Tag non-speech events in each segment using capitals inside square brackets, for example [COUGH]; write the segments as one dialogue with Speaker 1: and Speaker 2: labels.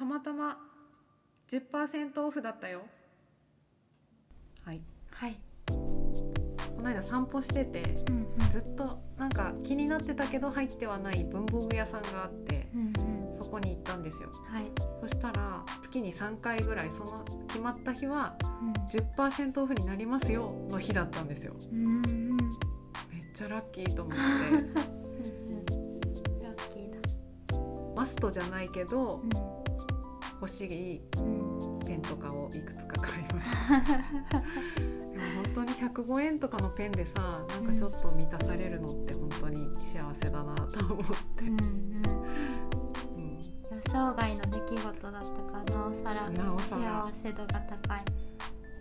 Speaker 1: またま10%オフだったよはい
Speaker 2: はい、
Speaker 1: この間散歩してて
Speaker 2: うん
Speaker 1: ずっとなんか気になってたけど入ってはない文房具屋さんがあって
Speaker 2: うんうんうん
Speaker 1: そこに行ったんですよ
Speaker 2: はい、
Speaker 1: そしたら月に3回ぐらいその決まった日は
Speaker 2: うん
Speaker 1: 10%オフになりますよの日だったんですよ
Speaker 2: うんう
Speaker 1: め
Speaker 2: ん
Speaker 1: っちゃラッキーと思って [LAUGHS]
Speaker 2: うんラッキーだ
Speaker 1: マストじゃないけど欲しい
Speaker 2: うんうん
Speaker 1: ペンとかをいくつか買いましたでも本当に105円とかのペンでさなんかちょっと満たされるのって本当に幸せだなと思って、
Speaker 2: うんうん
Speaker 1: うん
Speaker 2: 予想外の出来事だったからなおさら
Speaker 1: なおさら
Speaker 2: 幸せ度が高い、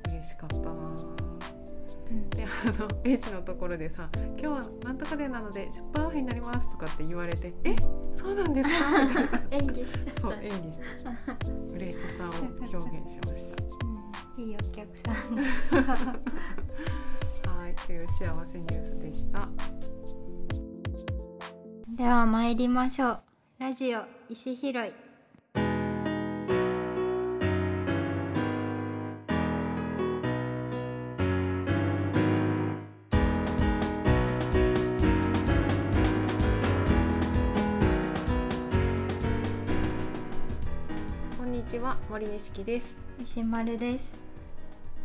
Speaker 1: 嬉しかったな
Speaker 2: うん
Speaker 1: であのレジのところでさ「今日はなんとかでなので10%オフになります」とかって言われて「えそうなんですか?」みたいな
Speaker 2: 演技しちゃった
Speaker 1: そう演技して嬉しさを表現しました。
Speaker 2: うんいいお客さんだ
Speaker 1: はい、という幸せニュースでした。
Speaker 2: では参りましょうラジオ石拾い
Speaker 1: こんにちは、森錦です。
Speaker 2: 石丸です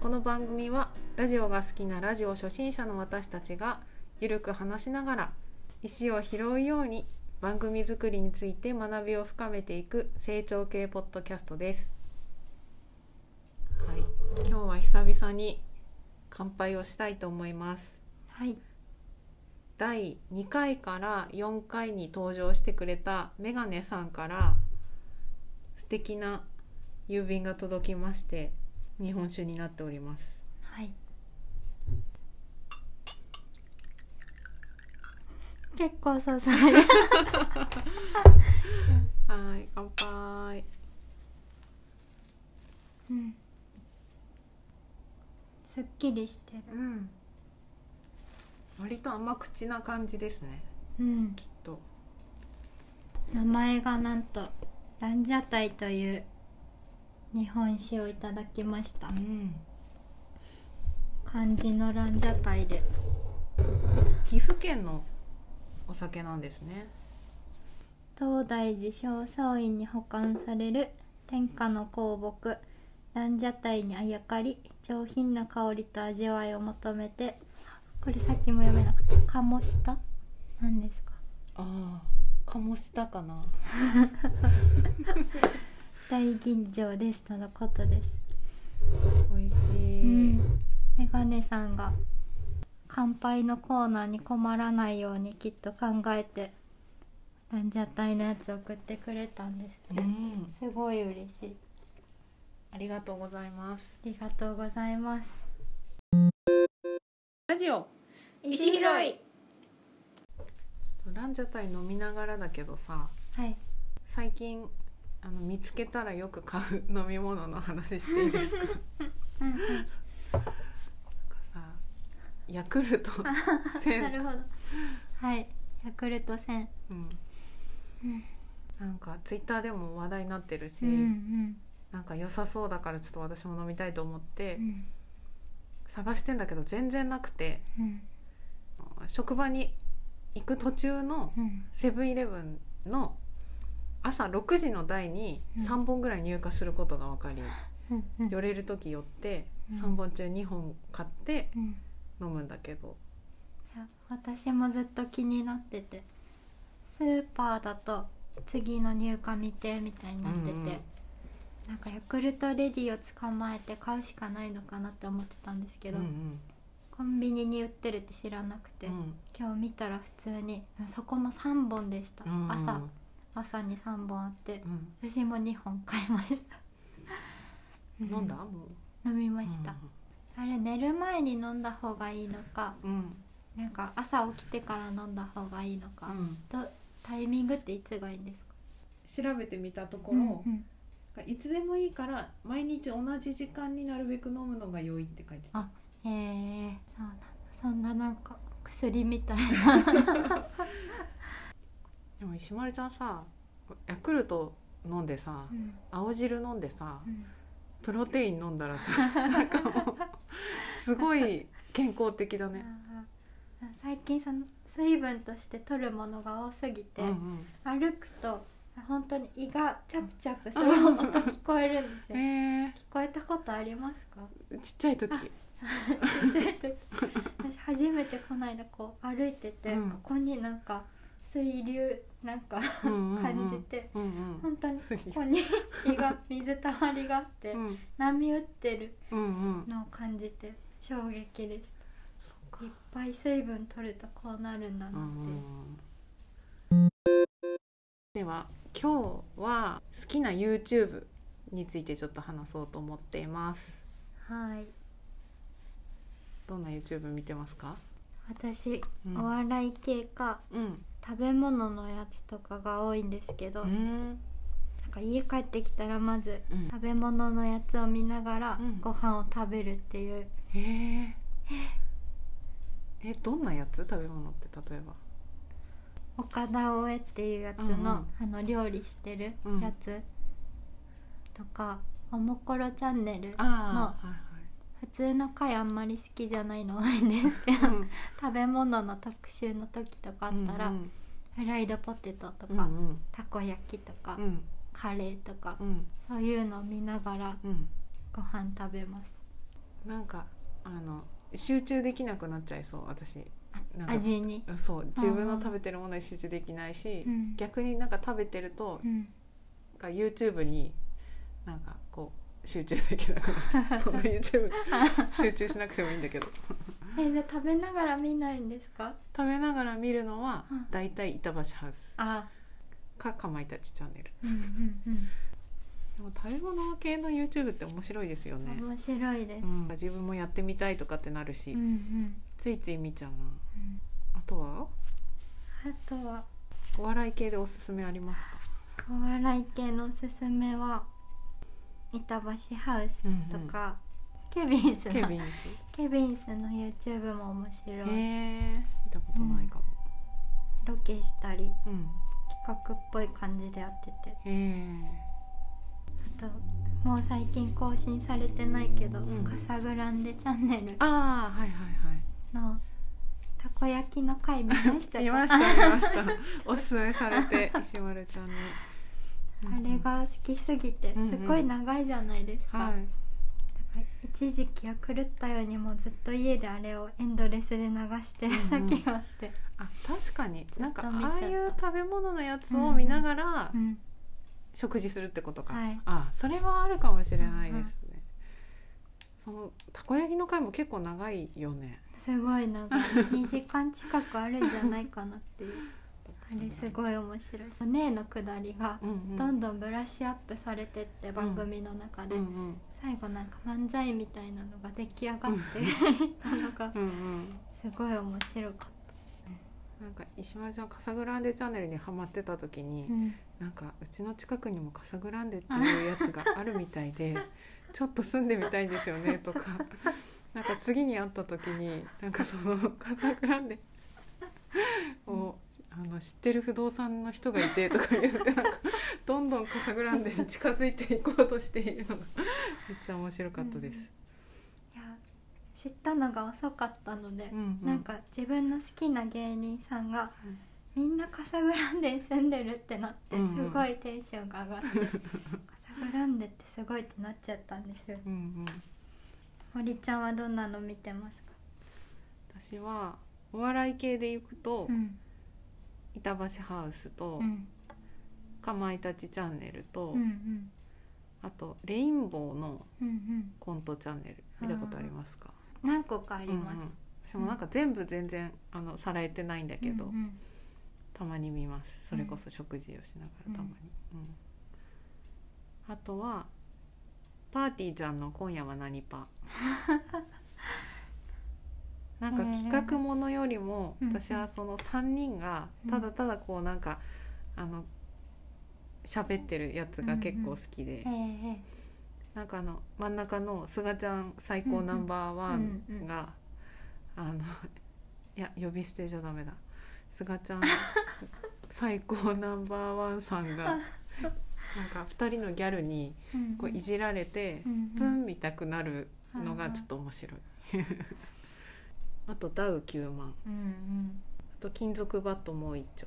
Speaker 1: この番組はラジオが好きなラジオ初心者の私たちがゆるく話しながら石を拾うように番組作りについて学びを深めていく成長系ポッドキャストです。はい、今日は久々に乾杯をしたいと思います。
Speaker 2: はい
Speaker 1: 第2回から4回に登場してくれたメガネさんから素敵な郵便が届きまして日本酒になっております
Speaker 2: はい結構刺さる
Speaker 1: はい乾杯
Speaker 2: うんすっきりしてる
Speaker 1: うん割と甘口な感じですね
Speaker 2: うん
Speaker 1: きっと
Speaker 2: 名前がなんとランジャタイという日本酒をいただきました
Speaker 1: ん
Speaker 2: 漢字のランジャタイで
Speaker 1: 岐阜県のお酒なんですね
Speaker 2: 東大寺正倉院に保管される天下の香木ランジャタイにあやかり上品な香りと味わいを求めてこれさっきも読めなくて「かもした」なんですか
Speaker 1: ああ醸したかな
Speaker 2: 大吟醸ですとのことです、
Speaker 1: 美味し
Speaker 2: う
Speaker 1: い、
Speaker 2: ん、メガネさんが乾杯のコーナーに困らないようにきっと考えてランジャタイのやつ送ってくれたんです
Speaker 1: う
Speaker 2: ね
Speaker 1: ん
Speaker 2: すごい嬉しい
Speaker 1: ありがとうございます
Speaker 2: ありがとうございます
Speaker 1: ラジオ
Speaker 2: 石拾いは
Speaker 1: ち
Speaker 2: い
Speaker 1: ょっとランジャタイ飲みながらだけどさ最近あの見つけたらよく買う飲み物の話していいです [LAUGHS] かなんか
Speaker 2: うんうん
Speaker 1: さヤクルト
Speaker 2: な
Speaker 1: [LAUGHS] 1000
Speaker 2: るほどはいヤクルト1000
Speaker 1: うん
Speaker 2: うん
Speaker 1: なんかツイッターでも話題になってるし、
Speaker 2: うんうん
Speaker 1: なんか良さそうだからちょっと私も飲みたいと思って
Speaker 2: うん
Speaker 1: 探してんだけど全然なくて
Speaker 2: うん
Speaker 1: 職場に行く途中の
Speaker 2: うん
Speaker 1: セブンイレブンの朝6時の台に3本ぐらい入荷することが分かり、
Speaker 2: うんうん
Speaker 1: 寄れる時寄って
Speaker 2: うん
Speaker 1: 3本中2本買って
Speaker 2: うんい
Speaker 1: 飲むんだけど、
Speaker 2: や私もずっと気になっててスーパーだと次の入荷未定みたいになってて、
Speaker 1: うんうん
Speaker 2: なんかヤクルトレディを捕まえて買うしかないのかなって思ってたんですけど、
Speaker 1: うん
Speaker 2: コンビニに売ってるって知らなくて、
Speaker 1: うんうん
Speaker 2: 今日見たら普通にそこも3本でした、
Speaker 1: うんうん
Speaker 2: 朝朝に3本あって
Speaker 1: う、ん
Speaker 2: 私も2本買いました
Speaker 1: [LAUGHS] 飲んだ
Speaker 2: う
Speaker 1: も
Speaker 2: 飲みま
Speaker 1: う
Speaker 2: した、あれ寝る前に飲んだ方がいいのか
Speaker 1: うんうん
Speaker 2: なんか朝起きてから飲んだ方がいいのか、
Speaker 1: うん
Speaker 2: どタイミングっていつがいいんですか
Speaker 1: 調べてみたとこ
Speaker 2: うん
Speaker 1: ろ
Speaker 2: う、ん
Speaker 1: いつでもいいから毎日同じ時間になるべく飲むのが良いって書いてた
Speaker 2: あへえそうなんだそんななんか薬みたいな
Speaker 1: でも石丸ちゃんさヤクルト飲んでさ
Speaker 2: うん
Speaker 1: 青汁飲んでさ
Speaker 2: うん
Speaker 1: プロテイン飲んだらさ [LAUGHS] なんかもうすごい健康的だね。
Speaker 2: あー最近その水分として取るものが多すぎて、
Speaker 1: うんうん
Speaker 2: 歩くと本当に胃がチャプチャプする音聞こえるんです
Speaker 1: [LAUGHS]
Speaker 2: よ聞
Speaker 1: え
Speaker 2: こえたことありますか [LAUGHS]
Speaker 1: ー、ちっちゃい [LAUGHS] 時
Speaker 2: ちっちゃい時私初めてこの間こう歩いてて、
Speaker 1: うん
Speaker 2: ここになんか水流なんか
Speaker 1: 感
Speaker 2: 感じて、
Speaker 1: [LAUGHS] うんうん
Speaker 2: 本当に
Speaker 1: 水
Speaker 2: ここに胃が水たまりがあって、
Speaker 1: うん
Speaker 2: 波打ってる
Speaker 1: うんうん、
Speaker 2: のを感じて衝撃でし
Speaker 1: そったか
Speaker 2: いっぱい水分取るとこうなるんだなっていう、
Speaker 1: では今日は好きな YouTube についてちょっと話そうと思っています
Speaker 2: はい
Speaker 1: どんな YouTube 見てますか
Speaker 2: 私、
Speaker 1: うん
Speaker 2: お笑い系か
Speaker 1: うん
Speaker 2: 食べ物のやつとかが多いんですけど、
Speaker 1: う
Speaker 2: なん
Speaker 1: ん
Speaker 2: か家帰ってきたらまず
Speaker 1: うん
Speaker 2: 食べ物のやつを見ながら
Speaker 1: うん
Speaker 2: ご飯を食べるっていう、
Speaker 1: へええどんなやつ食べ物って例えば
Speaker 2: 岡田おえっていうやつの,、
Speaker 1: うんうん
Speaker 2: あの料理してるやつとか、おもころチャンネル
Speaker 1: ああ
Speaker 2: 普通の回あんまり好きじゃないの多いんですけど
Speaker 1: はいはい
Speaker 2: 食べ物の特集の時とかあったら、
Speaker 1: うん
Speaker 2: フライドポテトと
Speaker 1: うん
Speaker 2: か、
Speaker 1: うん
Speaker 2: たこ焼きとか、
Speaker 1: うん
Speaker 2: カレーとか、
Speaker 1: うん
Speaker 2: そういうのを見ながら
Speaker 1: うん
Speaker 2: ご飯食べます
Speaker 1: なんかあの集中できなくなっちゃいそう私なんか
Speaker 2: 味に、
Speaker 1: そう自分の食べてるものに集中できないし、
Speaker 2: うん
Speaker 1: 逆になんか食べてると、
Speaker 2: うん、
Speaker 1: なんか YouTube になんかこう集中できなくなっち
Speaker 2: [LAUGHS]
Speaker 1: ゃうそんな YouTube 集中しなくてもいいんだけど
Speaker 2: えじゃあ食べながら見ないんですか
Speaker 1: 食べながら見るのは
Speaker 2: うん
Speaker 1: 大体板橋ハウス
Speaker 2: あ
Speaker 1: かかまいたちチャンネル
Speaker 2: うんうん
Speaker 1: でも食べ物系の YouTube って面白いですよ
Speaker 2: う
Speaker 1: ね
Speaker 2: ん、、面白いです、
Speaker 1: う
Speaker 2: うん
Speaker 1: ん、自分もやってみたいとかってなるし、
Speaker 2: うん
Speaker 1: ついつい見ちゃうな
Speaker 2: うん
Speaker 1: あとは
Speaker 2: あとは
Speaker 1: お笑い系でおすすめあり
Speaker 2: [LAUGHS]
Speaker 1: ますか、
Speaker 2: お笑い系のおすすめは板橋ハウスとか、ケビンスの
Speaker 1: ケ
Speaker 2: ケビ
Speaker 1: ビンズ
Speaker 2: ンスの YouTube も面
Speaker 1: へ
Speaker 2: 白い、
Speaker 1: え見たことないかも、
Speaker 2: ロケしたり
Speaker 1: うん
Speaker 2: 企画っぽい感じでやってて
Speaker 1: へえ
Speaker 2: あともう最近更新されてないけど「
Speaker 1: うん
Speaker 2: カサグランデチャンネル
Speaker 1: ああはいはいはい」
Speaker 2: のたこ焼きの回見ましたか
Speaker 1: 見ました見ました [LAUGHS] おすすめされて石丸ちゃんに
Speaker 2: [LAUGHS] あれが好きすぎて
Speaker 1: うんうん
Speaker 2: すごい長いじゃないですか、
Speaker 1: はい
Speaker 2: だから一時期は狂ったようにもうずっと家であれをエンドレスで流してる時があって、
Speaker 1: あ確かになんか
Speaker 2: ずっと見ちゃっ
Speaker 1: あ
Speaker 2: た
Speaker 1: あいう食べ物のやつを見ながら
Speaker 2: うん
Speaker 1: 食事するってことか、
Speaker 2: はい
Speaker 1: あそれはあるかもしれないですね、そのたこ焼きの回も結構長いよね
Speaker 2: すご
Speaker 1: [LAUGHS]
Speaker 2: い長い2時間近くあるんじゃないかなっていうあれすごい面白いお姉のくだりが
Speaker 1: うんうん
Speaker 2: どんどんブラッシュアップされてって番組の中で、
Speaker 1: うんうん
Speaker 2: 最後なんか漫才みたいなのが出来上がってた [LAUGHS] のが
Speaker 1: うんうん
Speaker 2: すごい面白かっ
Speaker 1: なんか石丸ちゃんカサグランデチャンネルにハマってた時に、
Speaker 2: た、うん
Speaker 1: なんかうちの近くにもカサグランデっていうやつがあるみたい [LAUGHS] でちょっと住んでみたいんですよねとかなんか次に会った時になんかそのカサグランデを、あの知ってる不動産の人がいてとか言ってなんかどんどんカサグランデに近づいていこうとしているのがめっちゃ面白かったです。
Speaker 2: いや知ったのが遅かったので
Speaker 1: う、んうん
Speaker 2: なんか自分の好きな芸人さんが、
Speaker 1: うん
Speaker 2: みんなカサグランデに住んでるってなって
Speaker 1: う
Speaker 2: す
Speaker 1: んうん
Speaker 2: ごいテンションが上が
Speaker 1: [LAUGHS]
Speaker 2: って、カサグランデってすごいってなっちゃったんですよ
Speaker 1: うんうん
Speaker 2: 森ちゃんはどんなの見てますか、
Speaker 1: 私はお笑い系で行くと、
Speaker 2: ん
Speaker 1: 板橋ハウスと、
Speaker 2: うん
Speaker 1: かまいたちチャンネルと、
Speaker 2: うんうん
Speaker 1: あとレインボーの
Speaker 2: うんうん
Speaker 1: コントチャンネル見たことありますか？
Speaker 2: 何個かあ
Speaker 1: あ
Speaker 2: ります、
Speaker 1: 私もなんか全部全然あのさらえてないんだけど、
Speaker 2: うんうん
Speaker 1: たまに見ます。それこそ食事をしながらたまに。うんあとはパーティーちゃんの今夜は何
Speaker 2: [LAUGHS]
Speaker 1: パ。なんか企画ものよりも、
Speaker 2: うん
Speaker 1: 私はその三人がただただこうなんか、あの喋ってるやつが結構好きで。
Speaker 2: えええ
Speaker 1: なんかあの真ん中の「すがちゃん最高ナンバーワン
Speaker 2: うんうん」
Speaker 1: が、あのいや呼び捨てじゃダメだ
Speaker 2: [LAUGHS]
Speaker 1: 「すがちゃん最高ナンバーワン」さんがなんか2人のギャルに
Speaker 2: うん
Speaker 1: こういじられて
Speaker 2: うんうん
Speaker 1: プンみたくなるのがちょっと面白いあとダウ9万
Speaker 2: うんうん
Speaker 1: あと金属バットもう一丁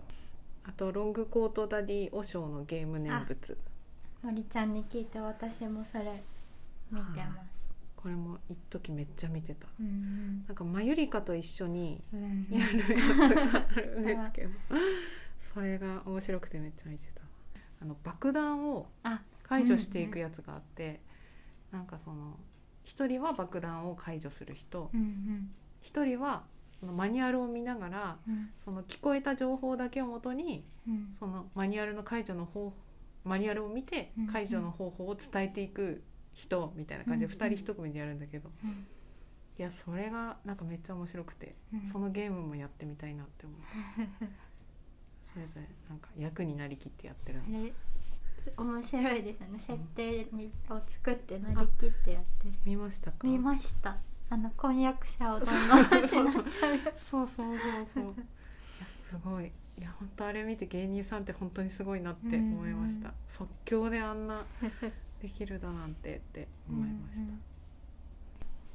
Speaker 1: あとロングコートダディ和尚のゲーム念仏
Speaker 2: 森ちゃんに聞いて私もそれ見てます、
Speaker 1: これも一時めっちゃ見てた
Speaker 2: うん
Speaker 1: なんかマユリカと一緒
Speaker 2: [LAUGHS]
Speaker 1: に
Speaker 2: うんうん
Speaker 1: やるやつがあるんですけどそれが面白くてめっちゃ見てたあの爆弾を
Speaker 2: あ
Speaker 1: 解除していくやつがあって、なんかその一人は爆弾を解除する人
Speaker 2: うん
Speaker 1: 一人はそのマニュアルを見ながら
Speaker 2: うんうん
Speaker 1: その聞こえた情報だけをもとに
Speaker 2: うん
Speaker 1: そのマニュアルの解除の方マニュアルを見て
Speaker 2: うんうん
Speaker 1: 解除の方法を伝えていく人みたいな感じで
Speaker 2: うんうん
Speaker 1: 2人1組でやるんだけど、
Speaker 2: うん
Speaker 1: いやそれがなんかめっちゃ面白くて、
Speaker 2: うん
Speaker 1: そのゲームもやってみたいなって思
Speaker 2: [LAUGHS]
Speaker 1: うそれぞれなんか役になりきってやってるの
Speaker 2: あれ面白いですよね設定を作って乗り切ってやってる
Speaker 1: 見ましたか
Speaker 2: 見ましたあの婚約者をどんどんしなっちゃ
Speaker 1: そ
Speaker 2: う
Speaker 1: うそうそう
Speaker 2: [LAUGHS]
Speaker 1: そういやすごいいや本当あれ見て芸人さんって本当にすごいなって思いました、
Speaker 2: う
Speaker 1: 即興であんなできるだなんてって思いました、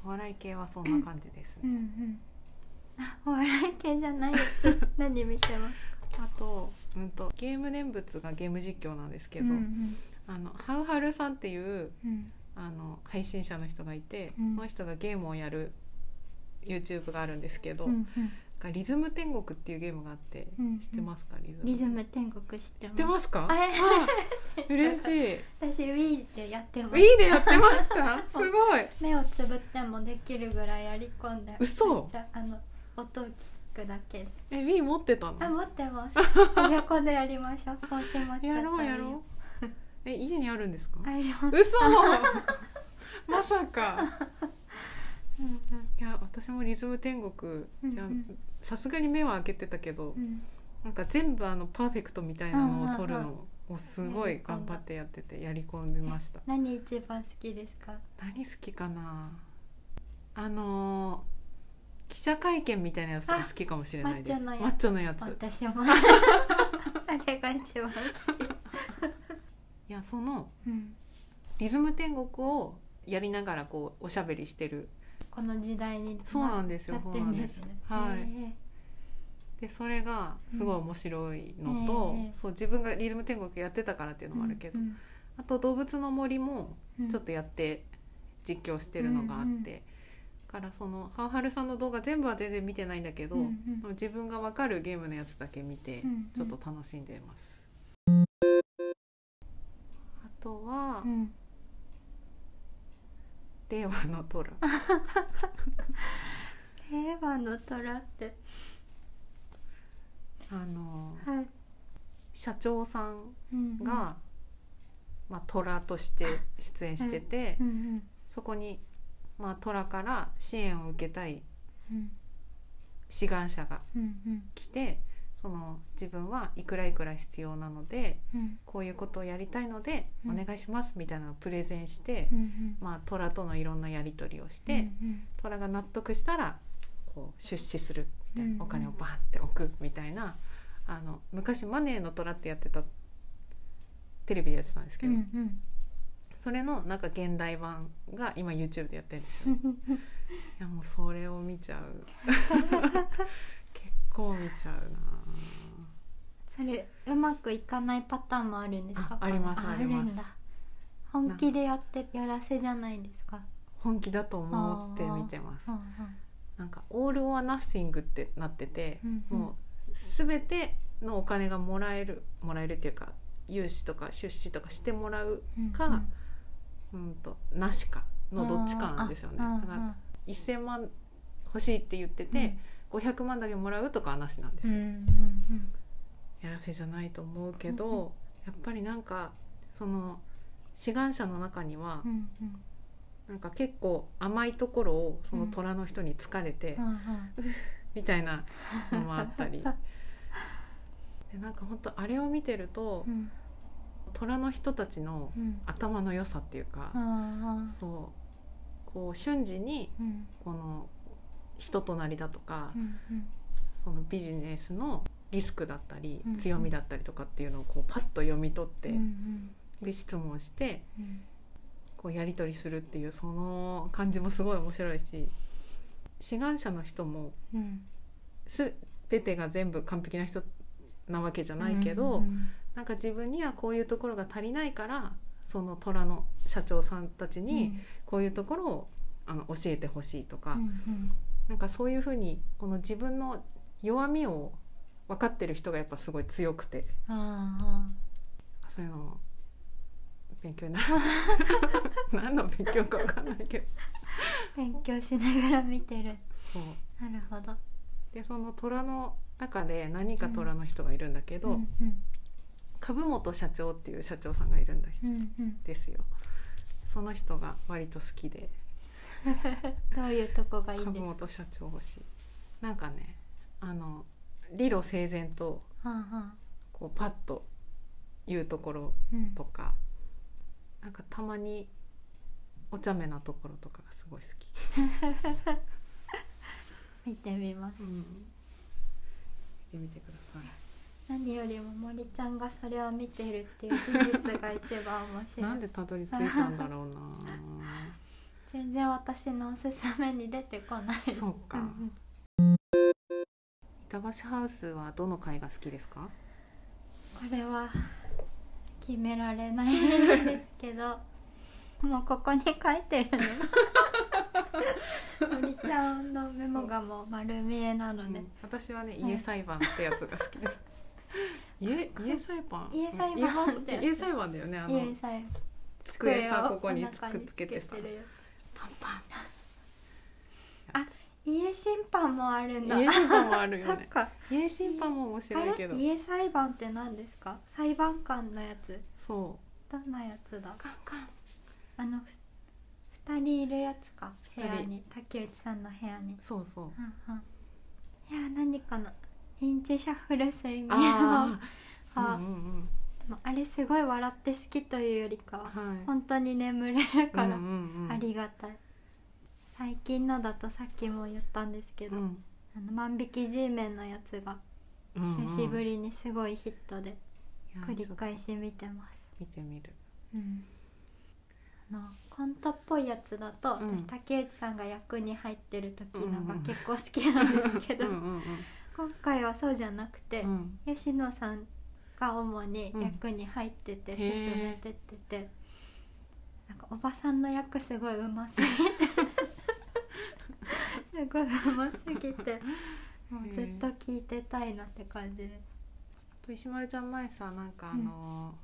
Speaker 1: お笑い系はそんな感じです
Speaker 2: うん
Speaker 1: ね、
Speaker 2: うん、うんうん、あお笑い系じゃないやつ何見てます
Speaker 1: あと,、うん、とゲーム念仏がゲーム実況なんですけど、
Speaker 2: うん
Speaker 1: あのハウハルさんっていう
Speaker 2: うんうん
Speaker 1: あの配信者の人がいて、
Speaker 2: うん
Speaker 1: その人がゲームをやる YouTube があるんですけど、
Speaker 2: うんうん
Speaker 1: なんかリズム天国っていうゲームがあって、
Speaker 2: うん
Speaker 1: 知ってますかリズム
Speaker 2: リズム天国知っ
Speaker 1: 知っ
Speaker 2: てます
Speaker 1: てますか
Speaker 2: あれ
Speaker 1: 嬉し
Speaker 2: [LAUGHS]
Speaker 1: い。
Speaker 2: 私 Wii でやってます
Speaker 1: いいでやってま
Speaker 2: [LAUGHS]
Speaker 1: した。すごい。
Speaker 2: 目をつぶってもできるぐらいやり込んで
Speaker 1: 嘘
Speaker 2: めっちゃあの音を聞くだけ
Speaker 1: え、ウィー持ってたの。
Speaker 2: あ持ってます横でやりましょう今週も
Speaker 1: やろうやろう。え、家にあるんですか。
Speaker 2: あります
Speaker 1: 嘘。 [LAUGHS] まさか。いや、私もリズム天国。いや
Speaker 2: うんうん
Speaker 1: さすがに目は開けてたけど、
Speaker 2: うん
Speaker 1: なんか全部あのパーフェクトみたいなのを取る
Speaker 2: うんうん
Speaker 1: の。をすごい頑張ってやっててやり込みました
Speaker 2: 何一番好きですか
Speaker 1: 何好きかなあのー記者会見みたいなやつが好きかもしれないです
Speaker 2: あ
Speaker 1: マ
Speaker 2: マッ
Speaker 1: ッチョのやつ
Speaker 2: 私もあれが一番好き
Speaker 1: いやその
Speaker 2: うん
Speaker 1: リズム天国をやりながらこうおしゃべりしてる
Speaker 2: この時代に
Speaker 1: そうなんですよ
Speaker 2: やってんですね
Speaker 1: そうなんです
Speaker 2: い
Speaker 1: でそれがすごい面白いのと、
Speaker 2: うんええ
Speaker 1: そう自分がリズム天国やってたからっていうのもあるけど、あと「動物の森」もちょっとやって実況してるのがあって、
Speaker 2: うんうん
Speaker 1: だからそのハーハルさんの動画全部は全然見てないんだけど、
Speaker 2: うんうん
Speaker 1: でも自分が分かるゲームのやつだけ見て
Speaker 2: うん
Speaker 1: ちょっと楽しんでます。あとは
Speaker 2: うん
Speaker 1: 「令和の虎」
Speaker 2: 令和の虎って
Speaker 1: あの
Speaker 2: はい
Speaker 1: 社長さん
Speaker 2: うんうん
Speaker 1: が、まあ、虎として出演してて、
Speaker 2: うんうん
Speaker 1: そこに、まあ、虎から支援を受けたい
Speaker 2: うん
Speaker 1: 志願者が
Speaker 2: うんうん
Speaker 1: 来てその自分はいくらいくら必要なので
Speaker 2: うん
Speaker 1: こういうことをやりたいのでお
Speaker 2: うん
Speaker 1: 願いしますみたいなのをプレゼンして、
Speaker 2: うん
Speaker 1: まあ、虎とのいろんなやり取りをし
Speaker 2: うん
Speaker 1: て、
Speaker 2: うん
Speaker 1: 虎が納得したらこう出資するみたいな、
Speaker 2: うん
Speaker 1: お金をバーンって置くみたいなあの昔「マネーの虎」ってやってたテレビでやってたんですけ
Speaker 2: う
Speaker 1: ど、
Speaker 2: ん
Speaker 1: それのなんか現代版が今 YouTube でやってるんですよ、
Speaker 2: う [LAUGHS]
Speaker 1: ね、
Speaker 2: ん
Speaker 1: いやもうそれを見ちゃ
Speaker 2: [LAUGHS]
Speaker 1: う結構見ちゃうな
Speaker 2: それうまくいかないパターンもあるんですか
Speaker 1: ああります
Speaker 2: あ
Speaker 1: あります
Speaker 2: あるんだ本気でやってやらせじゃないんですか
Speaker 1: 本気だと思って見てます
Speaker 2: うん
Speaker 1: なんか「オール・オア・ナッシング」ってなってて、
Speaker 2: うんうん
Speaker 1: もう全てのお金がもらえるもらえるっていうか融資とか出資とかしてもらう
Speaker 2: うん
Speaker 1: か、うんとなしかのどっちかなんですよね
Speaker 2: あーあ
Speaker 1: だから1,000万欲しいって言ってて、500万だけもらうとかはなしなんです
Speaker 2: う
Speaker 1: よ、
Speaker 2: んうん
Speaker 1: やらせじゃないと思うけど、
Speaker 2: うんうん
Speaker 1: やっぱりなんかその志願者の中には、
Speaker 2: うんうんうん
Speaker 1: なんか結構甘いところをその虎の人に疲れて、
Speaker 2: うんうん
Speaker 1: みたいなのもあったりでなんか本当あれを見てると、
Speaker 2: うん
Speaker 1: 虎の人たちの
Speaker 2: うん
Speaker 1: 頭の良さっていうか、
Speaker 2: あ
Speaker 1: そうこう瞬時に
Speaker 2: ーうん
Speaker 1: この人となりだとか、
Speaker 2: うんうん
Speaker 1: そのビジネスのリスクだったり
Speaker 2: うんうん
Speaker 1: 強みだったりとかっていうのをこうパッと読み取って、
Speaker 2: うんうん
Speaker 1: で質問して
Speaker 2: うん
Speaker 1: こうやり取りするっていうその感じもすごい面白いし志願者の人も
Speaker 2: うん
Speaker 1: すべてが全部完璧な人なわけじゃないけど、
Speaker 2: うん
Speaker 1: なんか自分にはこういうところが足りないからその虎の社長さんたちにこういうところをあの教えてほしいとか、
Speaker 2: うんうん
Speaker 1: なんかそういうふうにこの自分の弱みを分かってる人がやっぱすごい強くて
Speaker 2: あ
Speaker 1: そういうのも勉強にな
Speaker 2: [LAUGHS]
Speaker 1: る何の勉強か分かんないけど
Speaker 2: あ勉強しながら見てる
Speaker 1: そう
Speaker 2: なるほど
Speaker 1: でその虎の中で何か虎の人がいるんだけど、
Speaker 2: うんうん
Speaker 1: 株元社長っていう社長さんがいるんだ
Speaker 2: うんうん
Speaker 1: ですよその人が割と好きで
Speaker 2: どういうとこがいいん
Speaker 1: 株
Speaker 2: ですか
Speaker 1: 元社長欲しいなんかねあの理路整然と
Speaker 2: はあはあ
Speaker 1: こうパッと言うところ
Speaker 2: うん
Speaker 1: とかなんかたまにお茶目なところとかがすごい好き、
Speaker 2: 見てみます
Speaker 1: 見てみてください
Speaker 2: 何よりも森ちゃんがそれを見てるっていう事実が一番面白い
Speaker 1: なんでたどり着いたんだろう
Speaker 2: [LAUGHS]
Speaker 1: な
Speaker 2: 全然私のおすすめに出てこない
Speaker 1: そうか
Speaker 2: ん
Speaker 1: 板橋ハウスはどの階が好きですか
Speaker 2: これは決められないんですけどもうここに書いてるの森ちゃんのメモがもう丸見えなので、
Speaker 1: 私はね
Speaker 2: はい
Speaker 1: 家裁判ってやつが好きです。家家裁判
Speaker 2: 家裁判ってやつ
Speaker 1: 家裁判だよねあ
Speaker 2: 家
Speaker 1: の
Speaker 2: さえ
Speaker 1: 机さここに
Speaker 2: お腹
Speaker 1: くっつけてさ
Speaker 2: るよ
Speaker 1: パンパ
Speaker 2: 家審判もあるんだ
Speaker 1: ン [LAUGHS] 家審判もあるよ
Speaker 2: そ
Speaker 1: ね
Speaker 2: っか
Speaker 1: 家審判も面白い
Speaker 2: あ
Speaker 1: けど
Speaker 2: れ家裁判って何ですか裁判官のやつ
Speaker 1: そう
Speaker 2: どんなやつだ
Speaker 1: カンカン
Speaker 2: あのふ二人いるやつか部
Speaker 1: 二人
Speaker 2: 屋に竹内さんの部屋に
Speaker 1: そうそう
Speaker 2: うんうんいや何かなインチシャッフル睡眠を
Speaker 1: ああ
Speaker 2: あ
Speaker 1: うんうん
Speaker 2: [LAUGHS] でもあれすごい笑って好きというよりか
Speaker 1: うん
Speaker 2: は
Speaker 1: は
Speaker 2: 本当に眠れる
Speaker 1: い
Speaker 2: から
Speaker 1: うんうんうん
Speaker 2: ありがたい、最近のだとさっきも言ったんですけど「
Speaker 1: うん
Speaker 2: あの万引き G メン」のやつが
Speaker 1: うんうん
Speaker 2: 久しぶりにすごいヒットで
Speaker 1: いや
Speaker 2: 繰り返
Speaker 1: ちょ
Speaker 2: し見てます
Speaker 1: っと見てみる
Speaker 2: うんあのコントっぽいやつだと、
Speaker 1: うん
Speaker 2: 私竹内さんが役に入ってる時のが
Speaker 1: うんうん
Speaker 2: 結構好きなんですけ
Speaker 1: う
Speaker 2: ど、
Speaker 1: んうん
Speaker 2: 今回はそうじゃなくて、
Speaker 1: うん
Speaker 2: 吉野さんが主に役に入ってて
Speaker 1: うん
Speaker 2: 進めてってて、なんかおばさんの役すごいうますぎて
Speaker 1: [LAUGHS]
Speaker 2: すごいうますぎてもうずっと聞いてたいなって感じです。
Speaker 1: あと石丸ちゃん前さなんかあの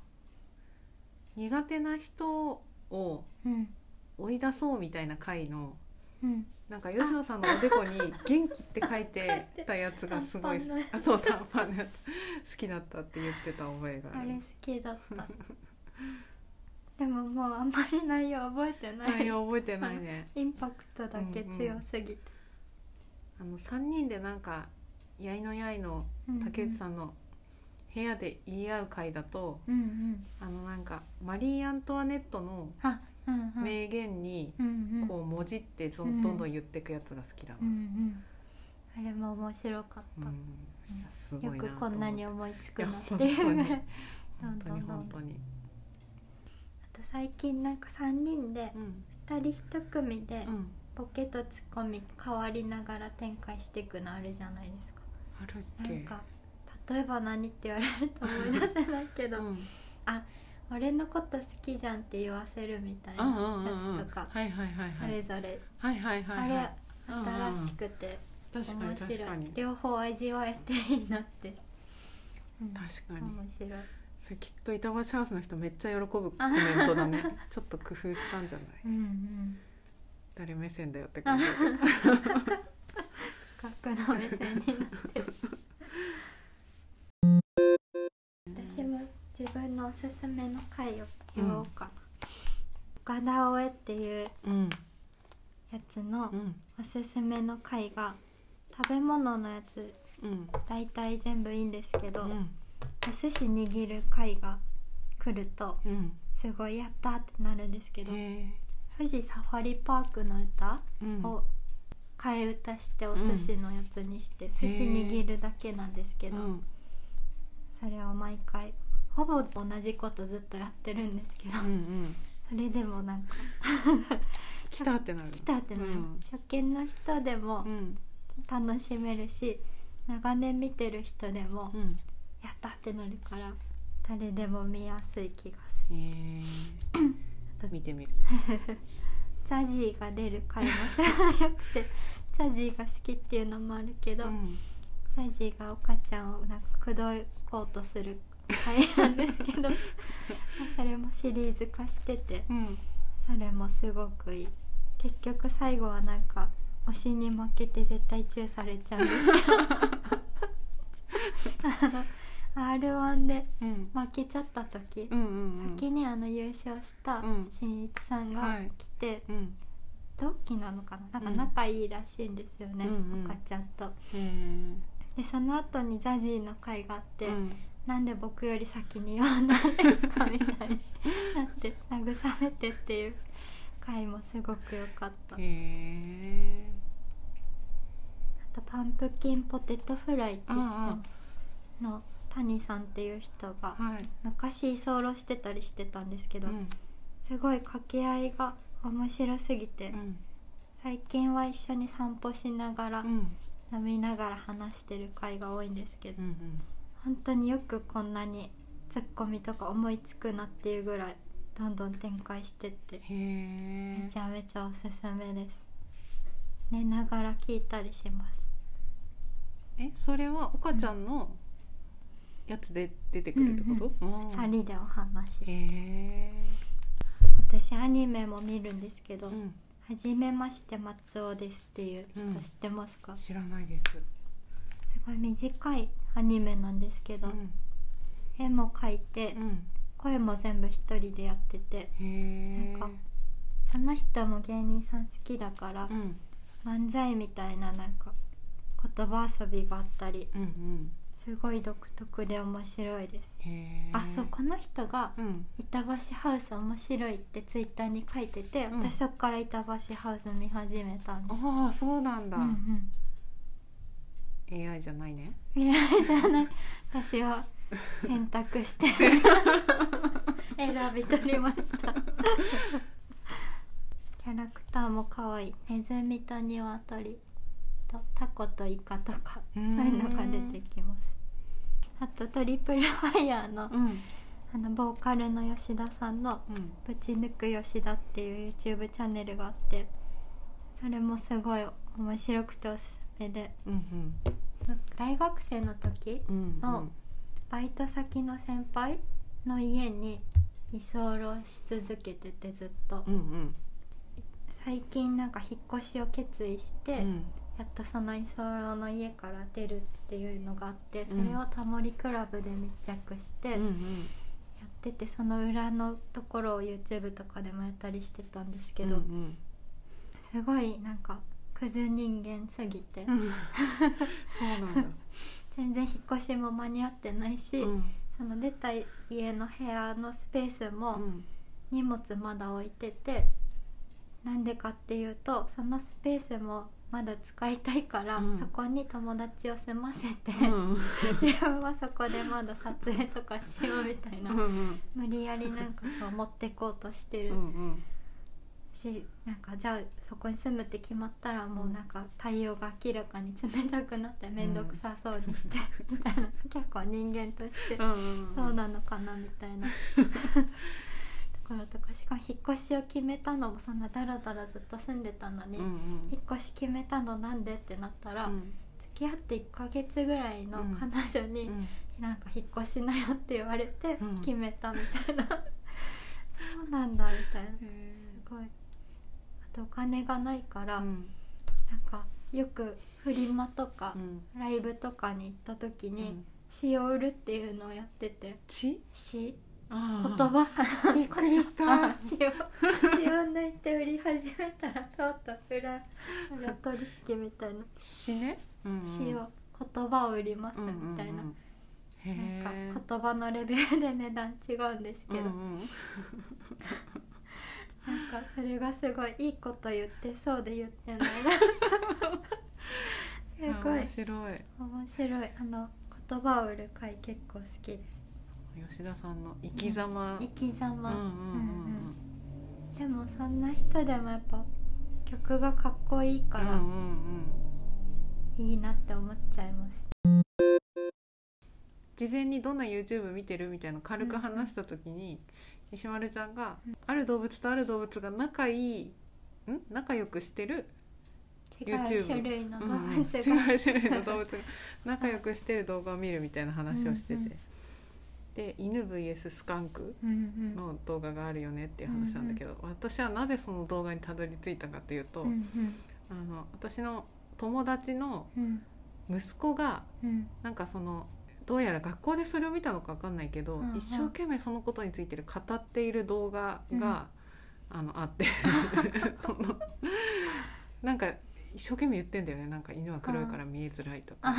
Speaker 1: 苦手な人を
Speaker 2: うん
Speaker 1: 追い出そうみたいな回の
Speaker 2: うん
Speaker 1: なんか吉野さんのおでこに「元気」って書いてたやつがすごい
Speaker 2: 短パンのやつ
Speaker 1: あそう短パンのやつ好きだったって言ってた覚えがあ
Speaker 2: あれ好
Speaker 1: る
Speaker 2: きだった [LAUGHS] でももうあんまり内容覚えてない
Speaker 1: 内容覚えてないね
Speaker 2: インパクトだけ強すぎて、
Speaker 1: あの3人でなんかやいのやいの竹内さんの部屋で言い合う回だと
Speaker 2: うんうん
Speaker 1: あのなんかマリー・アントワネットの
Speaker 2: あうんうん
Speaker 1: 名言に
Speaker 2: うんうん
Speaker 1: こう文字ってどんどんどん言ってくやつが好きだな
Speaker 2: うんうんあれも面白かっ
Speaker 1: う
Speaker 2: た、
Speaker 1: んいやす
Speaker 2: よ
Speaker 1: ごいな
Speaker 2: くこんなに思いつくなって
Speaker 1: いや
Speaker 2: いうぐらいど
Speaker 1: 本
Speaker 2: ん
Speaker 1: 当
Speaker 2: ど
Speaker 1: に
Speaker 2: んど
Speaker 1: 本
Speaker 2: んどん
Speaker 1: 当
Speaker 2: あ
Speaker 1: に
Speaker 2: と最近なんか3人で
Speaker 1: うん
Speaker 2: 2人1組で
Speaker 1: うん
Speaker 2: ボケとツッコミ変わりながら展開していくのあるじゃないですか
Speaker 1: あるっ
Speaker 2: なん
Speaker 1: け
Speaker 2: か例えば何って言われると思い出せないけど、
Speaker 1: うん
Speaker 2: 俺のこと好きじゃんって言わせるみたいな
Speaker 1: うんうんうんうん
Speaker 2: やつとか
Speaker 1: はいはいはい
Speaker 2: そ
Speaker 1: はい
Speaker 2: れぞれ
Speaker 1: はいはい
Speaker 2: あ
Speaker 1: はい、は
Speaker 2: れ
Speaker 1: い、
Speaker 2: 新しくて
Speaker 1: 確か
Speaker 2: 面
Speaker 1: に確
Speaker 2: 白
Speaker 1: か
Speaker 2: い
Speaker 1: に
Speaker 2: 両方味わえていいなってうん
Speaker 1: 確かに
Speaker 2: 面白い
Speaker 1: それきっと板橋ハウスの人めっちゃ喜ぶコメントだ [LAUGHS] ねちょっと工夫したんじゃない
Speaker 2: うんうん
Speaker 1: 誰目線だよって感じ
Speaker 2: 企画の目線になっ
Speaker 1: [LAUGHS]
Speaker 2: てる私も自分のおすすめの回を言おうか、岡田大江っていう
Speaker 1: うん
Speaker 2: やつの
Speaker 1: うん
Speaker 2: おすすめの回が食べ物のやつ
Speaker 1: うん
Speaker 2: 大体全部いいんですけど、
Speaker 1: うん
Speaker 2: お寿司握る回が来ると
Speaker 1: うん
Speaker 2: すごいやったってなるんですけど
Speaker 1: へ
Speaker 2: 富士サファリパークの歌
Speaker 1: えうん
Speaker 2: を替え歌してお寿司のやつにして、寿司握るだけなんですけ
Speaker 1: う
Speaker 2: ど、
Speaker 1: ん
Speaker 2: それを毎回ほぼ同じことずっとやってるんですけど
Speaker 1: うんうん
Speaker 2: それでもなんか
Speaker 1: 来たってなる
Speaker 2: 来たってなる、
Speaker 1: うん
Speaker 2: 初見の人でも
Speaker 1: うん
Speaker 2: 楽しめるし長年見てる人でも
Speaker 1: うん
Speaker 2: やったってなるから誰でも見やすい気がする
Speaker 1: え [COUGHS] ー、見てみる
Speaker 2: ザジーが出る回も知らなくて [LAUGHS] ザジーが好きっていうのもあるけど、
Speaker 1: うん
Speaker 2: ザジーがお母ちゃんをなんか口説こうとする回なんですけど [LAUGHS] それもシリーズ化してて
Speaker 1: うん
Speaker 2: それもすごくいい結局最後はなんか推しに負けて絶対チューされちゃうんですけどあの R1 で
Speaker 1: うん
Speaker 2: 負けちゃった時、
Speaker 1: うんうん
Speaker 2: 先にあの優勝した
Speaker 1: うん
Speaker 2: 新一さんが来て、
Speaker 1: うん
Speaker 2: 同期なのかなな
Speaker 1: うんん
Speaker 2: か仲いいらしいんですよね、
Speaker 1: うんうん
Speaker 2: おかちゃんと
Speaker 1: へー
Speaker 2: でその後にザジーの会があって、
Speaker 1: うん
Speaker 2: なんで僕より先に言わないんですかみたいになって [LAUGHS] 慰めてっていう回もすごく良かったあ
Speaker 1: へえ
Speaker 2: とパンプキンポテトフライっていう
Speaker 1: あ
Speaker 2: の谷さんっていう人が
Speaker 1: はい
Speaker 2: 昔居候してたりしてたんですけ
Speaker 1: う
Speaker 2: ど、
Speaker 1: ん
Speaker 2: すごい掛け合いが面白すぎて、
Speaker 1: うん
Speaker 2: 最近は一緒に散歩しながら、
Speaker 1: うん
Speaker 2: 飲みながら話してる回が多いんですけど、
Speaker 1: うんうん
Speaker 2: 本当によくこんなにツッコミとか思いつくなっていうぐらいどんどん展開してって
Speaker 1: へ
Speaker 2: め
Speaker 1: え
Speaker 2: ちゃめちゃおすすめです寝ながら聞いたりします
Speaker 1: えそれは岡ちゃんのやつで出てくるってこと、うん
Speaker 2: 2人でお話しし
Speaker 1: へ
Speaker 2: て
Speaker 1: え
Speaker 2: 私アニメも見るんですけど「
Speaker 1: うん
Speaker 2: はじめまして松尾です」っていう
Speaker 1: うん
Speaker 2: 人知ってますか、す
Speaker 1: 知らないです
Speaker 2: ごい短いアニメなんですけ
Speaker 1: う
Speaker 2: ど、
Speaker 1: ん
Speaker 2: 絵も描いて
Speaker 1: うん
Speaker 2: 声も全部一人でやってて
Speaker 1: へえ
Speaker 2: なんかその人も芸人さん好きだから、
Speaker 1: うん
Speaker 2: 漫才みたいななんか言葉遊びがあったり
Speaker 1: うんうん
Speaker 2: すごい独特で面白いです、
Speaker 1: へえ
Speaker 2: あそうこの人が
Speaker 1: うん
Speaker 2: 板橋ハウス面白いってツイッターに書いてて、
Speaker 1: うん
Speaker 2: 私そこから板橋ハウス見始めたんです
Speaker 1: ああそうなんだ、
Speaker 2: うん
Speaker 1: AI じゃないね
Speaker 2: うんいやじゃない私は選択して選び取りましたキャラクターも可愛いネズミとニワトリとタコとイカとか
Speaker 1: う
Speaker 2: そうんいうのが出てきますあとトリプルファイヤー
Speaker 1: う
Speaker 2: の
Speaker 1: ん
Speaker 2: あのボーカルの吉田さんの
Speaker 1: うん
Speaker 2: 「ぶち抜く吉田」っていう YouTube チャンネルがあってそれもすごい面白くておすすめで
Speaker 1: うん
Speaker 2: 大学生の時
Speaker 1: うんうん
Speaker 2: あバイト先の先輩の家に居候し続けててずっと
Speaker 1: うんうん
Speaker 2: 最近なんか引っ越しを決意して、
Speaker 1: うん
Speaker 2: やっとその居候の家から出るっていうのがあってそれをタモリクラブで密着してや
Speaker 1: うんう
Speaker 2: っ
Speaker 1: ん
Speaker 2: ててその裏のところを YouTube とかでもやったりしてたんですけど、
Speaker 1: うん
Speaker 2: すごいなんかクズ人間すぎて、
Speaker 1: うんうん、そうなんだ、
Speaker 2: 全然引っ越しも間に合ってないし、
Speaker 1: うん
Speaker 2: その出た家の部屋のスペースも、
Speaker 1: うん
Speaker 2: 荷物まだ置いててなんでかっていうとそのスペースもまだ使いたいから、
Speaker 1: うん
Speaker 2: そこに友達を住ませて、
Speaker 1: うん
Speaker 2: 自分はそこでまだ撮影とかしようみたいな、
Speaker 1: うんうん
Speaker 2: 無理やりなんかそう持ってこうとして
Speaker 1: う
Speaker 2: る
Speaker 1: ん
Speaker 2: しなんかじゃあそこに住むって決まったらもうなんか対応が明らかに冷たくなって面倒くさそうにして、みたいな結構人間として
Speaker 1: うんうん
Speaker 2: そうなのかなみたいな [LAUGHS] ところとかしかも引っ越しを決めたのもそんなダラダラずっと住んでたのに、
Speaker 1: うんうん
Speaker 2: 引っ越し決めたのなんでってなったら、
Speaker 1: うん
Speaker 2: 付き合って1ヶ月ぐらいの
Speaker 1: うん
Speaker 2: 彼女に、
Speaker 1: うん
Speaker 2: なんか引っ越しなよって言われて
Speaker 1: うん
Speaker 2: 決めたみたいな、 [LAUGHS] そうなんだみたいな
Speaker 1: へ
Speaker 2: す
Speaker 1: え
Speaker 2: ごいあとお金がないから、
Speaker 1: うん
Speaker 2: なんかよくフリマとか
Speaker 1: う、ん
Speaker 2: ライブとかに行った時
Speaker 1: う
Speaker 2: に
Speaker 1: ん
Speaker 2: 詩を売るっていうのをやってて
Speaker 1: 血
Speaker 2: 詩
Speaker 1: あ
Speaker 2: 言
Speaker 1: ー
Speaker 2: 葉びっ
Speaker 1: くりした
Speaker 2: 血を血を抜いて売り始めたらとうとう裏裏取引みたいな
Speaker 1: 血ねうんうん
Speaker 2: 詩を言葉を売ります
Speaker 1: うんうんうん
Speaker 2: みたいな、
Speaker 1: へえ
Speaker 2: なんか言葉のレベルで値段違うんですけど、
Speaker 1: うんうん
Speaker 2: なんかそれがすごいいいこと言ってそうで言って
Speaker 1: [LAUGHS]
Speaker 2: ないなすごい
Speaker 1: 面白いへ
Speaker 2: 面白いあの言葉を売る会結構好きです
Speaker 1: 吉田さんの生き様、
Speaker 2: 生き様、
Speaker 1: うんうんうん
Speaker 2: でもそんな人でもやっぱ曲がかっこいいか
Speaker 1: うんうんう
Speaker 2: ら
Speaker 1: ん
Speaker 2: いいなって思っちゃいます、
Speaker 1: 事前にどんな YouTube 見てるみたいなの軽く話した時に、西丸ちゃんが、ある動物とある動物が仲いいん仲良くしてる、
Speaker 2: 違う
Speaker 1: YouTube
Speaker 2: 種類の
Speaker 1: う
Speaker 2: 動
Speaker 1: ん
Speaker 2: 物
Speaker 1: うん違
Speaker 2: が、
Speaker 1: う種類の動物
Speaker 2: [LAUGHS]
Speaker 1: が仲良くしてる動画を見るみたいな話をしてて、
Speaker 2: うんうん
Speaker 1: で犬 VS スカンク
Speaker 2: うんうん
Speaker 1: の動画があるよねっていう話なんだけど、私はなぜその動画にたどり着いたかというと、
Speaker 2: うんうん
Speaker 1: あの私の友達の
Speaker 2: うん
Speaker 1: 息子が
Speaker 2: うん
Speaker 1: なんかそのどうやら学校でそれを見たのか分かんないけど、
Speaker 2: うんうん
Speaker 1: 一生懸命そのことについてる語っている動画が、あのあ
Speaker 2: [LAUGHS]
Speaker 1: ってそのなんか一生懸命言ってんだよねなんか犬は黒いから見えづらいとか、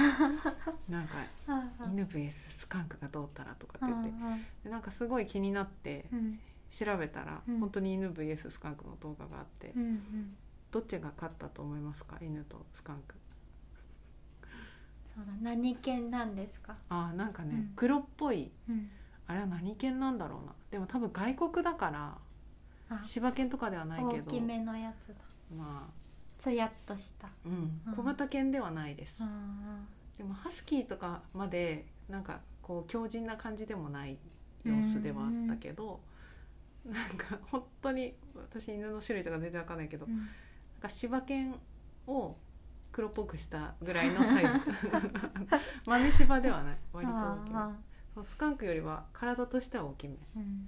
Speaker 1: なんか
Speaker 2: ああ
Speaker 1: 犬 VS スカンクがどうたらとかって言って、
Speaker 2: ああ
Speaker 1: でなんかすごい気になって
Speaker 2: うん
Speaker 1: 調べたら、
Speaker 2: うん
Speaker 1: 本当に犬 VS スカンクの動画があって、
Speaker 2: うんうん
Speaker 1: どっちが勝ったと思いますか犬とスカンク
Speaker 2: そうだ何犬なんですか、
Speaker 1: あーなんかね、
Speaker 2: うん
Speaker 1: 黒っぽい
Speaker 2: うん、
Speaker 1: あれは何犬なんだろうなでも多分外国だから
Speaker 2: あ
Speaker 1: 柴犬とかではない
Speaker 2: 大
Speaker 1: けど
Speaker 2: きめのやつだ
Speaker 1: まあ
Speaker 2: つやっとした
Speaker 1: うん
Speaker 2: うん
Speaker 1: 小型犬ではないです、
Speaker 2: あ
Speaker 1: でもハスキーとかまでなんかこう強靭な感じでもない様子ではあったけど、なんか本当に私犬の種類とか全然わかんないけど、
Speaker 2: あ、うん
Speaker 1: なんか柴犬を黒っぽくしたぐらいの
Speaker 2: [LAUGHS]
Speaker 1: サイズ真似柴ではない割と大きめ
Speaker 2: ああ
Speaker 1: そうスカンクよりは体としては大きめ
Speaker 2: うん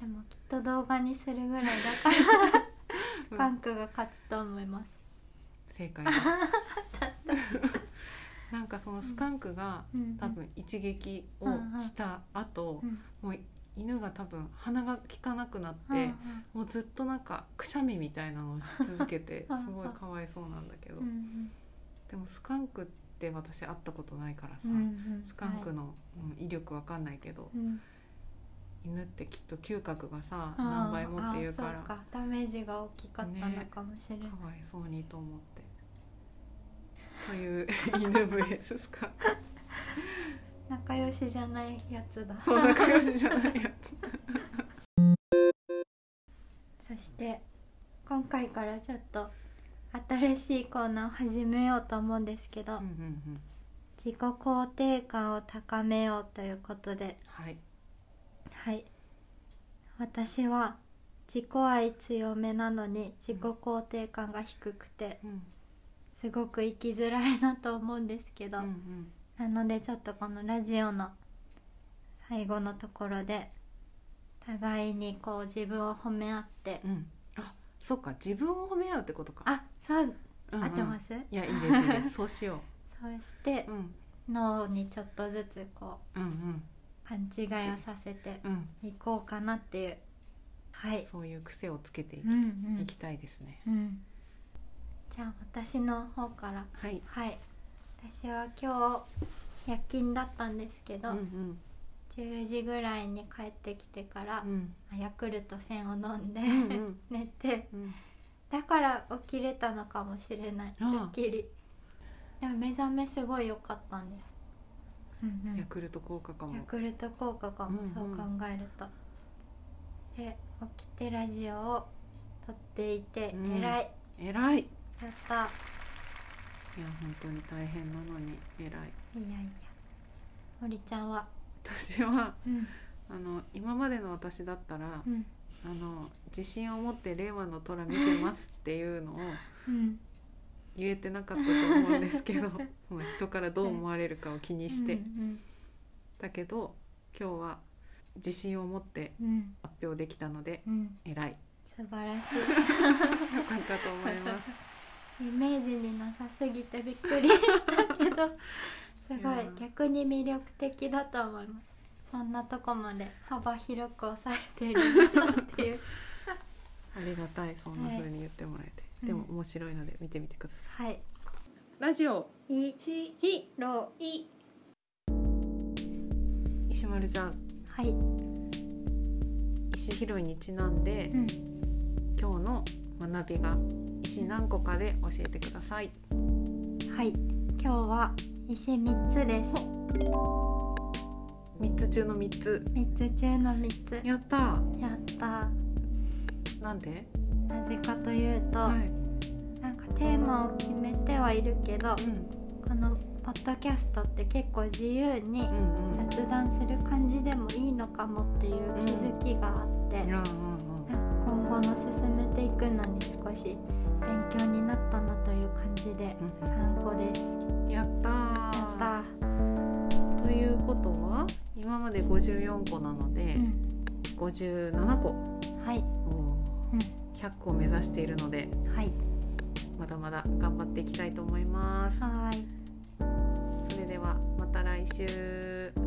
Speaker 2: でもきっと動画にするぐらいだからスカンクが勝つと思います。
Speaker 1: 正
Speaker 2: [LAUGHS]
Speaker 1: 解ですなんかそのスカンクが
Speaker 2: うん
Speaker 1: 多分一撃をした後、
Speaker 2: うん
Speaker 1: もう犬が多分鼻が効かなくなって、
Speaker 2: うん
Speaker 1: もうずっとなんかくしゃみみたいなのをし続け
Speaker 2: [LAUGHS]
Speaker 1: てす
Speaker 2: うんうん
Speaker 1: ごいかわいそうなんだけど、
Speaker 2: うん
Speaker 1: でもスカンクって私会ったことないからさ、
Speaker 2: うんうん
Speaker 1: スカンクの、うん威力わかんないけど
Speaker 2: はいうん
Speaker 1: 犬ってきっと嗅覚がさ
Speaker 2: あー
Speaker 1: 何倍もっていうか
Speaker 2: あ
Speaker 1: ら
Speaker 2: ーそ
Speaker 1: か
Speaker 2: うかダメージが大きかったのかもしれない。
Speaker 1: わいそうにと思って。という [LAUGHS] 犬 VS スカンク
Speaker 2: 仲良しじゃないやつだ。
Speaker 1: そう仲良しじゃないやつ。
Speaker 2: [LAUGHS] そして今回からちょっと新しいコーナーを始めようと思うんですけど、
Speaker 1: うんうんうん。
Speaker 2: 自己肯定感を高めようということで
Speaker 1: はい。
Speaker 2: はい私は自己愛強めなのに自己肯定感が低くて
Speaker 1: うん。
Speaker 2: すごく生きづらいなと思うんですけ
Speaker 1: う
Speaker 2: ど、
Speaker 1: んうん。
Speaker 2: なのでちょっとこのラジオの最後のところで互いにこう自分を褒め合って、
Speaker 1: うん。あ、そっか、自分を褒め合うってことか。
Speaker 2: あそ
Speaker 1: う
Speaker 2: う、
Speaker 1: んうん、
Speaker 2: 合ってます
Speaker 1: いや、いいです、いいで
Speaker 2: [LAUGHS]
Speaker 1: す、そうしよ
Speaker 2: そうして
Speaker 1: う。うん。
Speaker 2: 脳にちょっとずつこ
Speaker 1: うんうん。
Speaker 2: う勘違いをさせて
Speaker 1: うん。
Speaker 2: いこうかなっていうはい
Speaker 1: そういう癖をつけてい,、
Speaker 2: うんうん
Speaker 1: きたいですね。
Speaker 2: うんじゃあ私の方から
Speaker 1: はい。
Speaker 2: はい私は今日夜勤だったんですけ
Speaker 1: う
Speaker 2: ど、
Speaker 1: んうん。
Speaker 2: 10時ぐらいに帰ってきてから
Speaker 1: う、ん。
Speaker 2: ヤクルト1000を飲んで、
Speaker 1: んうん
Speaker 2: [LAUGHS] 寝て
Speaker 1: うん。
Speaker 2: だから起きれたのかもしれないす
Speaker 1: ああ
Speaker 2: っきりでも目覚めすごい良かったんです、うんうん
Speaker 1: ヤクルト効果か
Speaker 2: ヤ
Speaker 1: も。
Speaker 2: クルト効果かも、
Speaker 1: うんうん
Speaker 2: そう考えるとで起きてラジオを撮っていて、
Speaker 1: うん
Speaker 2: 偉い
Speaker 1: えらい。い
Speaker 2: やった
Speaker 1: や、本当に大変なのに、えらい。
Speaker 2: いやいや森ちゃんは
Speaker 1: 私は、
Speaker 2: うん
Speaker 1: あの、今までの私だったら、
Speaker 2: うん
Speaker 1: あの、自信を持って令和の虎見てますっていうのを。
Speaker 2: うん
Speaker 1: 言えてなかったと思うんですけ
Speaker 2: [LAUGHS]
Speaker 1: どその人からどう思われるかを気にして、
Speaker 2: うん
Speaker 1: だけど今日は自信を持って
Speaker 2: うんうん、
Speaker 1: 発表できたので
Speaker 2: うん、
Speaker 1: 偉い
Speaker 2: 素晴らし
Speaker 1: 良かったと思い
Speaker 2: [LAUGHS]
Speaker 1: ます。
Speaker 2: いイメージになさすぎてびっくりしたけどすごい
Speaker 1: いや
Speaker 2: 逆に魅力的だと思いますそんなとこまで幅広く抑えているなっていう
Speaker 1: ありがたいそんな風に言ってもらえて、
Speaker 2: い
Speaker 1: でも
Speaker 2: う
Speaker 1: 面白いので見てみてください。
Speaker 2: はい
Speaker 1: ラジオ
Speaker 2: い
Speaker 1: ひ
Speaker 2: ろい
Speaker 1: 石丸ちゃん
Speaker 2: はい、
Speaker 1: 石拾いにちなんで、
Speaker 2: うん、
Speaker 1: 今日の学びが石何個かで教えてください。
Speaker 2: はい今日は石3つです
Speaker 1: 3つ中の3つ
Speaker 2: 3つ中の3つ
Speaker 1: やったー
Speaker 2: やった
Speaker 1: なんで、
Speaker 2: なぜかというと、
Speaker 1: はい
Speaker 2: なんかテーマを決めてはいるけど
Speaker 1: うん、
Speaker 2: このポッドキャストって結構自由に
Speaker 1: うんうん
Speaker 2: 雑談する感じでもいいのかもっていう気づきがあって、
Speaker 1: うんう
Speaker 2: なんか
Speaker 1: んうん
Speaker 2: 今後の進めていくのに少し勉強になったなという感じで参考です。
Speaker 1: うんやったー
Speaker 2: やった
Speaker 1: ということは今まで54個なので、
Speaker 2: うん
Speaker 1: 57個
Speaker 2: はい、
Speaker 1: お
Speaker 2: うん
Speaker 1: ー100個を目指しているので
Speaker 2: はい、
Speaker 1: まだまだ頑張っていきたいと思います。
Speaker 2: はーい
Speaker 1: それではまた来週。